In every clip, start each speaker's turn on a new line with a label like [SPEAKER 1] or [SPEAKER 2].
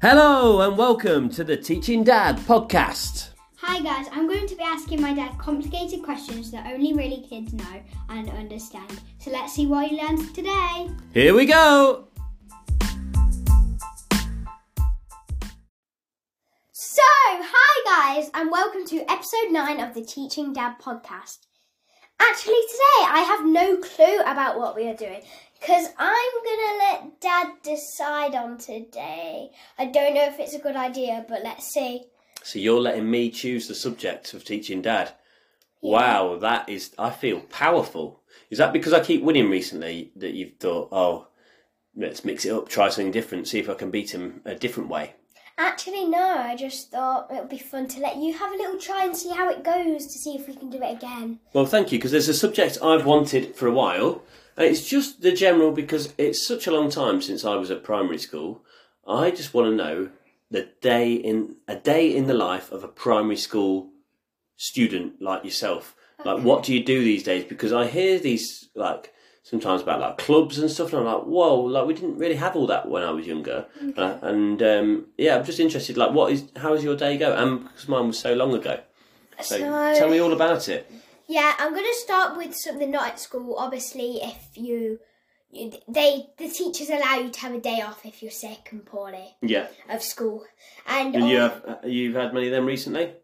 [SPEAKER 1] Hello and welcome to the Teaching Dad podcast.
[SPEAKER 2] Hi guys, I'm going to be asking my dad complicated questions that only really kids know and understand. So let's see what he learns today.
[SPEAKER 1] Here we go.
[SPEAKER 2] So, hi guys, and welcome to episode 9 of the Teaching Dad podcast. Actually, today I have no clue about what we are doing because I'm gonna let dad decide on today. I don't know if it's a good idea, but let's see.
[SPEAKER 1] So you're letting me choose the subject of Teaching Dad. Wow, that is I feel powerful. Is that because I keep winning recently that you've thought, oh, let's mix it up, try something different, see if I can beat him a different way.
[SPEAKER 2] Actually, no, I just thought it would be fun to let you have a little try and see how it goes to see if we can do it again.
[SPEAKER 1] Well, thank you because there's a subject I've wanted for a while, and it's just the general because it's such a long time since I was at primary school. I just want to know the day in a day in the life of a primary school student like yourself. Like, what do you do these days? Because I hear these like sometimes about like clubs and stuff, and I'm like, whoa, like we didn't really have all that when I was younger. Uh, and um, yeah, I'm just interested. Like, what is how does your day go? And because mine was so long ago, so tell me all about it.
[SPEAKER 2] Yeah, I'm going to start with something not at school. Obviously, if you, you they the teachers allow you to have a day off if you're sick and poorly
[SPEAKER 1] Yeah.
[SPEAKER 2] of school. And
[SPEAKER 1] And you
[SPEAKER 2] al-
[SPEAKER 1] have uh, you've had many of them recently?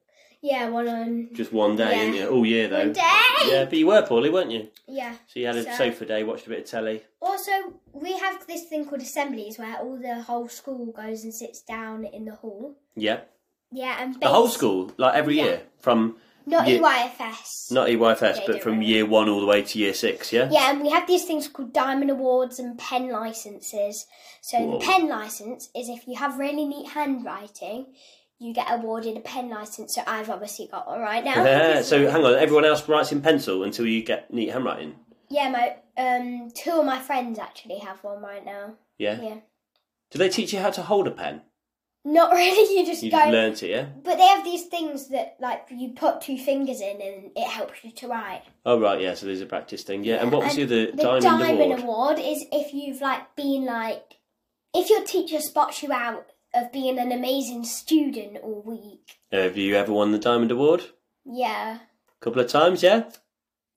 [SPEAKER 2] yeah, one on
[SPEAKER 1] Just one day,
[SPEAKER 2] Yeah.
[SPEAKER 1] didn't you? All year though.
[SPEAKER 2] One day!
[SPEAKER 1] Yeah, but you were poorly, weren't you?
[SPEAKER 2] yeah.
[SPEAKER 1] So you had a
[SPEAKER 2] So-
[SPEAKER 1] sofa day, watched a bit of telly.
[SPEAKER 2] Also, we have this thing called assemblies where all the whole school goes and sits down in the hall.
[SPEAKER 1] Yeah.
[SPEAKER 2] Yeah, and
[SPEAKER 1] The whole
[SPEAKER 2] bas-
[SPEAKER 1] school, like every
[SPEAKER 2] Yeah.
[SPEAKER 1] year, from
[SPEAKER 2] not E
[SPEAKER 1] yeah.
[SPEAKER 2] EYFS.
[SPEAKER 1] not E EYFS,
[SPEAKER 2] Yeah,
[SPEAKER 1] but
[SPEAKER 2] yeah,
[SPEAKER 1] from
[SPEAKER 2] right.
[SPEAKER 1] year one all the way to year six. Yeah.
[SPEAKER 2] Yeah, and we have these things called diamond awards and pen licenses. So
[SPEAKER 1] Whoa.
[SPEAKER 2] the pen license is if you have really neat handwriting, you get awarded a pen license. So I've obviously got one right now.
[SPEAKER 1] so hang on, everyone else writes in pencil until you get neat handwriting.
[SPEAKER 2] yeah, my um, two of my friends actually have one right now.
[SPEAKER 1] Yeah.
[SPEAKER 2] Yeah,
[SPEAKER 1] Do they teach you how to hold a pen?
[SPEAKER 2] not really. You just
[SPEAKER 1] You
[SPEAKER 2] go.
[SPEAKER 1] just learnt it, yeah.
[SPEAKER 2] but they have these things that like you put two fingers in and it helps you to write.
[SPEAKER 1] Oh right, yeah. So there's a practice thing, yeah. And what was the
[SPEAKER 2] And
[SPEAKER 1] other
[SPEAKER 2] The
[SPEAKER 1] diamond, award?
[SPEAKER 2] is if you've like been like if your teacher spots you out of being an amazing student all week.
[SPEAKER 1] Have you ever won the diamond award?
[SPEAKER 2] Yeah.
[SPEAKER 1] couple of times, yeah.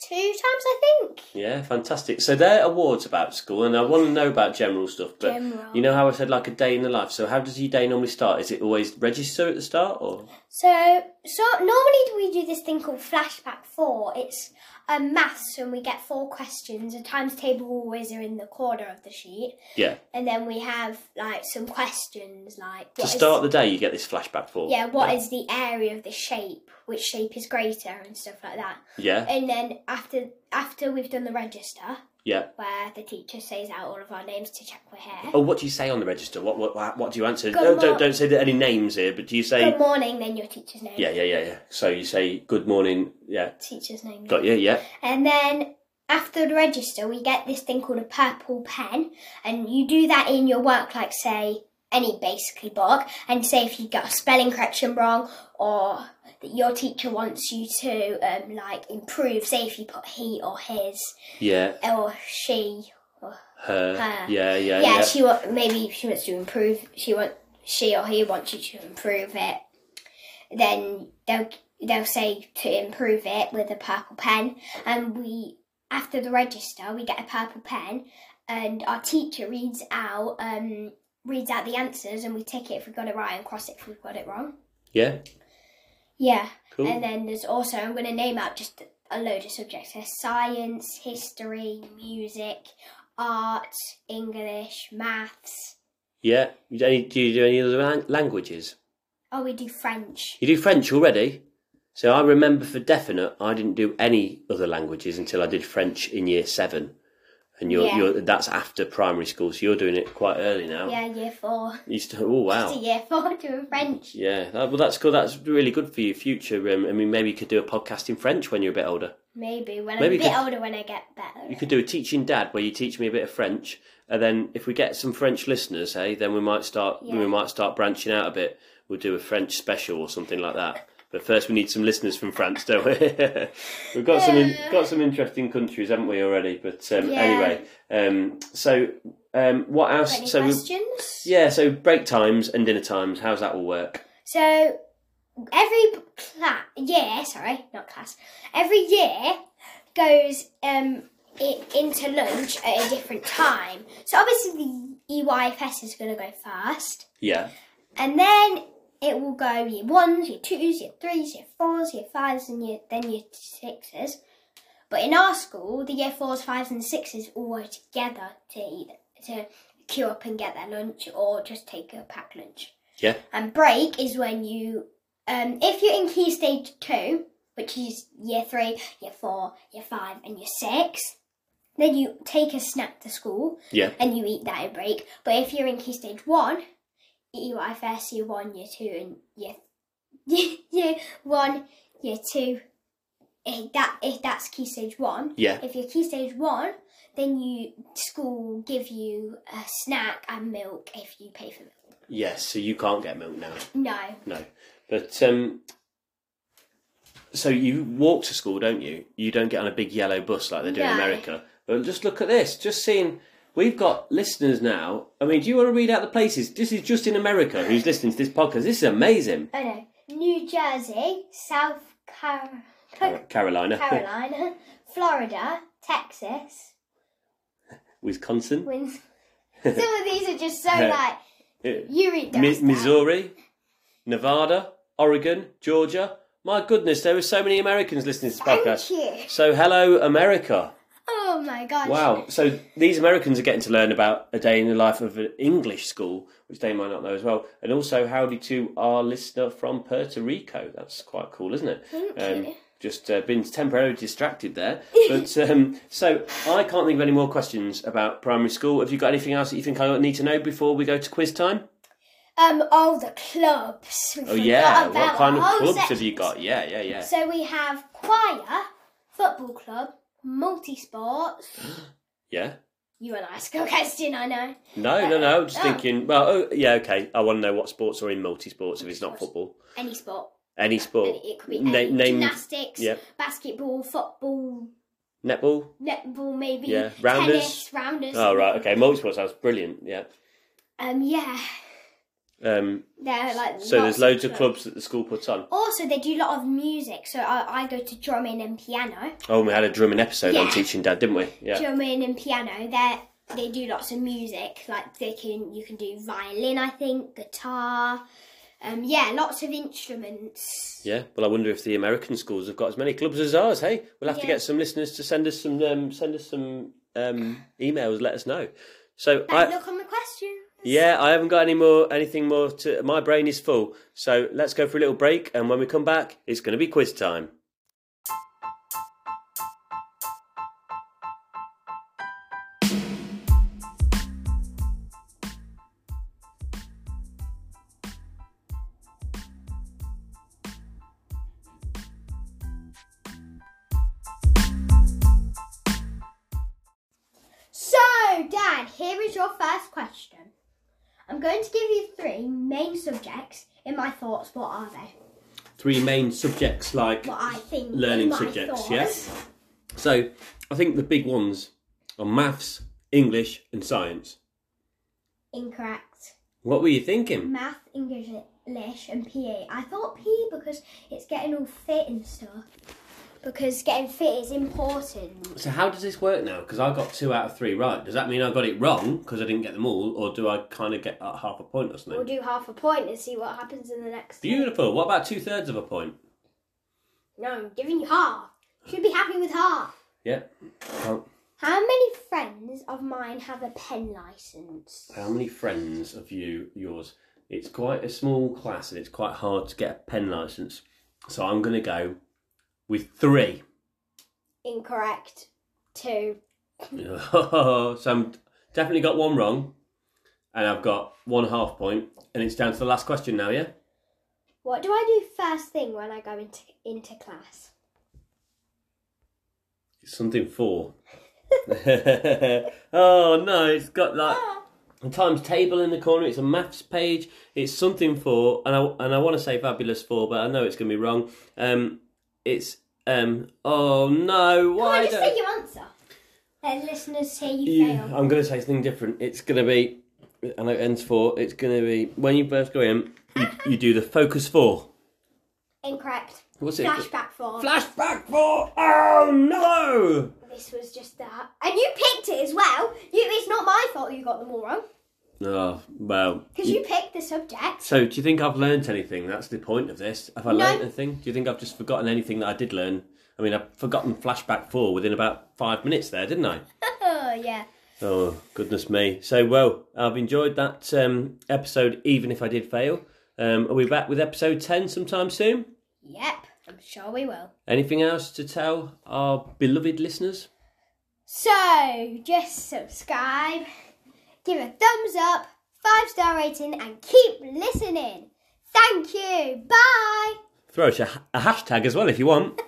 [SPEAKER 2] Two times I think.
[SPEAKER 1] Yeah, fantastic. So they're awards about school, and I want to know about general stuff. But
[SPEAKER 2] General.
[SPEAKER 1] you know how I said like a day in the life. So how does your day normally start? Is it always register at the start, or
[SPEAKER 2] So so normally do we do this thing called flashback four. It's um, maths and we get four questions. A times table always are in the corner of the sheet.
[SPEAKER 1] yeah?
[SPEAKER 2] And then we have like some questions like
[SPEAKER 1] To
[SPEAKER 2] what is-
[SPEAKER 1] start the day, you get this flashback for.
[SPEAKER 2] yeah, what is the area of the shape? Which shape is greater and stuff like that.
[SPEAKER 1] Yeah,
[SPEAKER 2] And then after after we've done the register,
[SPEAKER 1] yeah.
[SPEAKER 2] where the teacher says out all of our names to check we're here.
[SPEAKER 1] Oh, what do you say on the register? What what what- what do you answer?
[SPEAKER 2] Good
[SPEAKER 1] No, don't
[SPEAKER 2] morning.
[SPEAKER 1] don't say any names here. But do you say
[SPEAKER 2] Good morning, then your teacher's name.
[SPEAKER 1] yeah yeah yeah yeah? So you say good morning. Yeah,
[SPEAKER 2] Teacher's name.
[SPEAKER 1] got you. Yeah,
[SPEAKER 2] And then after the register, we get this thing called a purple pen, and you do that in your work, like say any basically book, and say if you got a spelling correction wrong or that your teacher wants you to um, like improve. Say if you put he or his
[SPEAKER 1] yeah.
[SPEAKER 2] or she
[SPEAKER 1] Her.
[SPEAKER 2] Her.
[SPEAKER 1] Yeah yeah
[SPEAKER 2] yeah,
[SPEAKER 1] yeah.
[SPEAKER 2] she want, maybe she wants to improve. She want she or he wants you to improve it. Then they'll they'll say to improve it with a purple pen, and we after the register we get a purple pen, and our teacher reads out um reads out the answers, and we tick it if we got it right and cross it if we got it wrong.
[SPEAKER 1] Yeah.
[SPEAKER 2] Yeah,
[SPEAKER 1] Cool.
[SPEAKER 2] and then there's also I'm going to name out just a load of subjects: There's science, history, music, art, English, maths.
[SPEAKER 1] yeah. You do any- Do you do any other lan- languages?
[SPEAKER 2] Oh, we do French.
[SPEAKER 1] You do French already? So I remember for definite, I didn't do any other languages until I did French in year seven. And you're,
[SPEAKER 2] Yeah.
[SPEAKER 1] you're that's after primary school, so you're doing it quite early now.
[SPEAKER 2] Yeah, year four.
[SPEAKER 1] You still, oh
[SPEAKER 2] To
[SPEAKER 1] wow,
[SPEAKER 2] year four doing French.
[SPEAKER 1] yeah. That, well, that's cool. That's really good for your future. Um, I mean, maybe you could do a podcast in French when you're a bit older.
[SPEAKER 2] Maybe when
[SPEAKER 1] Maybe
[SPEAKER 2] I'm a bit
[SPEAKER 1] could-
[SPEAKER 2] older, when I get better.
[SPEAKER 1] You could do a teaching dad where you teach me a bit of French, and then if we get some French listeners, hey, then we might start
[SPEAKER 2] Yeah.
[SPEAKER 1] we might start branching out a bit. We'll do a French special or something like that. But first, we need some listeners from France, don't we? We've got some in, got some interesting countries, haven't we already? But um,
[SPEAKER 2] Yeah.
[SPEAKER 1] anyway, um, so um, what else?
[SPEAKER 2] Any
[SPEAKER 1] so we,
[SPEAKER 2] questions?
[SPEAKER 1] yeah, so break times and dinner times. How's that all work?
[SPEAKER 2] So every class, year, sorry, not class, every year goes um i into lunch at a different time. So obviously the E EYFS is going to go first,
[SPEAKER 1] Yeah,
[SPEAKER 2] and then it will go year ones, year twos, year threes, year fours, year fives, and year then year sixes. But in our school, the year fours, fives, and sixes all go together to eat, to queue up and get their lunch, or just take a packed lunch.
[SPEAKER 1] yeah,
[SPEAKER 2] And break is when you, um, if you're in key stage two, which is year three, year four, year five, and year six, then you take a snack to school
[SPEAKER 1] yeah,
[SPEAKER 2] and you eat that at break. But if you're in key stage one, you eat first year one, year two, and year year one, year two. If that if that's key stage one,
[SPEAKER 1] yeah.
[SPEAKER 2] if you're key stage one, then you school give you a snack and milk if you pay for milk.
[SPEAKER 1] Yes, so you can't get milk now.
[SPEAKER 2] No,
[SPEAKER 1] No, but um, so you walk to school, don't you? You don't get on a big yellow bus like they do in
[SPEAKER 2] No.
[SPEAKER 1] America. But just look at this. Just seeing, we've got listeners now. I mean, do you want to read out the places? This is just in America. Who's listening to this podcast? This is amazing.
[SPEAKER 2] Oh no, New Jersey, South Car-
[SPEAKER 1] Car- Carolina,
[SPEAKER 2] Carolina, Florida, Texas.
[SPEAKER 1] Wisconsin,
[SPEAKER 2] Wins- Some of these are just so
[SPEAKER 1] Yeah.
[SPEAKER 2] like
[SPEAKER 1] Mi-
[SPEAKER 2] you read those down.
[SPEAKER 1] Missouri, Nevada, Oregon, Georgia. My goodness, there were so many Americans listening to this
[SPEAKER 2] Thank
[SPEAKER 1] podcast.
[SPEAKER 2] you.
[SPEAKER 1] So, hello, America.
[SPEAKER 2] Oh my gosh.
[SPEAKER 1] Wow. So these Americans are getting to learn about a day in the life of an English school, which they might not know as well. And also, howdy to our listener from Puerto Rico. That's quite cool, isn't it?
[SPEAKER 2] Thank you.
[SPEAKER 1] Just uh, been temporarily distracted there. But um, so I can't think of any more questions about primary school. Have you got anything else that you think I need to know before we go to quiz time?
[SPEAKER 2] Um, all the clubs. We
[SPEAKER 1] Oh, yeah.
[SPEAKER 2] forgot about
[SPEAKER 1] What kind of
[SPEAKER 2] our whole
[SPEAKER 1] clubs have you
[SPEAKER 2] sections.
[SPEAKER 1] got? Yeah, yeah, yeah.
[SPEAKER 2] So we have choir, football club, multi sports.
[SPEAKER 1] Yeah.
[SPEAKER 2] You and I school question, I know.
[SPEAKER 1] No, no, no. I'm just
[SPEAKER 2] Oh.
[SPEAKER 1] thinking, well, oh, yeah, okay. I want to know what sports are in multi sports if it's not football.
[SPEAKER 2] Any sport.
[SPEAKER 1] Any sport.
[SPEAKER 2] It could be
[SPEAKER 1] Na-
[SPEAKER 2] any,
[SPEAKER 1] name-
[SPEAKER 2] gymnastics,
[SPEAKER 1] yeah.
[SPEAKER 2] basketball, football,
[SPEAKER 1] Netball?
[SPEAKER 2] netball, maybe.
[SPEAKER 1] Yeah, rounders.
[SPEAKER 2] Tennis, rounders.
[SPEAKER 1] Oh, right, okay. Multiple sounds brilliant, yeah.
[SPEAKER 2] Um, yeah.
[SPEAKER 1] Um,
[SPEAKER 2] They're like
[SPEAKER 1] so there's loads of clubs
[SPEAKER 2] clubs.
[SPEAKER 1] that the school puts on.
[SPEAKER 2] Also, they do a lot of music. So I, I go to drumming and piano.
[SPEAKER 1] Oh, and we had a drumming episode on
[SPEAKER 2] Yeah.
[SPEAKER 1] Teaching Dad, didn't we? Yeah.
[SPEAKER 2] Drumming and piano. They they do lots of music. Like they can you can do violin, I think, guitar. Um, yeah, lots of instruments.
[SPEAKER 1] Yeah. Well, I wonder if the American schools have got as many clubs as ours. Hey, we'll have to
[SPEAKER 2] Yeah.
[SPEAKER 1] get some listeners to send us some um, send us some um, emails. Let us know. So
[SPEAKER 2] And
[SPEAKER 1] I
[SPEAKER 2] look on the question.
[SPEAKER 1] yeah, I haven't got any more anything more to. My brain is full. So let's go for a little break, and when we come back, it's going to be quiz time.
[SPEAKER 2] So, Dad, here is your first question. I'm going to give you three main subjects. In my thoughts, what are they?
[SPEAKER 1] Three main subjects like
[SPEAKER 2] What I think.
[SPEAKER 1] Learning
[SPEAKER 2] my
[SPEAKER 1] subjects,
[SPEAKER 2] thoughts.
[SPEAKER 1] yes. So, I think the big ones are maths, English, and science.
[SPEAKER 2] Incorrect.
[SPEAKER 1] What were you thinking?
[SPEAKER 2] Math, English, English, and PE. I thought PE because it's getting all fit and stuff. Because getting fit is important.
[SPEAKER 1] So, how does this work now? Because I got two out of three right. Does that mean I got it wrong because I didn't get them all, or do I kind of get uh, half a point or
[SPEAKER 2] We'll
[SPEAKER 1] something?
[SPEAKER 2] do half a point and see what happens in the next.
[SPEAKER 1] Beautiful. What about two thirds of a point?
[SPEAKER 2] No, I'm giving you half. Should be happy with half.
[SPEAKER 1] Yeah. How,
[SPEAKER 2] How many friends of mine have a pen license?
[SPEAKER 1] how many friends of you yours? It's quite a small class, and it's quite hard to get a pen license. So I'm going to go with three.
[SPEAKER 2] Incorrect. Two.
[SPEAKER 1] so I'm definitely got one wrong, and I've got one half point, and it's down to the last question now. Yeah.
[SPEAKER 2] What do I do first thing when I go into into class? Ah.
[SPEAKER 1] It's something four. oh no, it's got like a times table in the corner. It's a maths page. It's something for, and I and I want to say fabulous for, but I know it's going to be wrong. Um, it's um. Oh no!
[SPEAKER 2] Come on,
[SPEAKER 1] Why
[SPEAKER 2] just
[SPEAKER 1] don't
[SPEAKER 2] say your answer. Let listeners hear you,
[SPEAKER 1] you?
[SPEAKER 2] fail.
[SPEAKER 1] I'm going to say something different. It's going to be, and it ends for. It's going to be when you first go in. You, you do the focus four.
[SPEAKER 2] Incorrect.
[SPEAKER 1] What's it?
[SPEAKER 2] Flashback form.
[SPEAKER 1] Flashback four. Oh no!
[SPEAKER 2] this was just that. And you picked it as well. You, it's not my fault you got them all wrong.
[SPEAKER 1] Oh well.
[SPEAKER 2] Because you picked the subject.
[SPEAKER 1] So, do you think I've learnt anything? That's the point of this. Have I
[SPEAKER 2] No.
[SPEAKER 1] learnt anything? Do you think I've just forgotten anything that I did learn? I mean, I've forgotten flashback four within about five minutes there, didn't I?
[SPEAKER 2] Oh, yeah.
[SPEAKER 1] Oh, goodness me. So, well, I've enjoyed that um, episode, even if I did fail. Um, are we back with episode 10 sometime soon?
[SPEAKER 2] Yep. I'm sure we will.
[SPEAKER 1] Anything else to tell our beloved listeners?
[SPEAKER 2] So, just subscribe, give a thumbs up, five star rating, and keep listening. Thank you. Bye.
[SPEAKER 1] Throw us a, a hashtag as well if you want.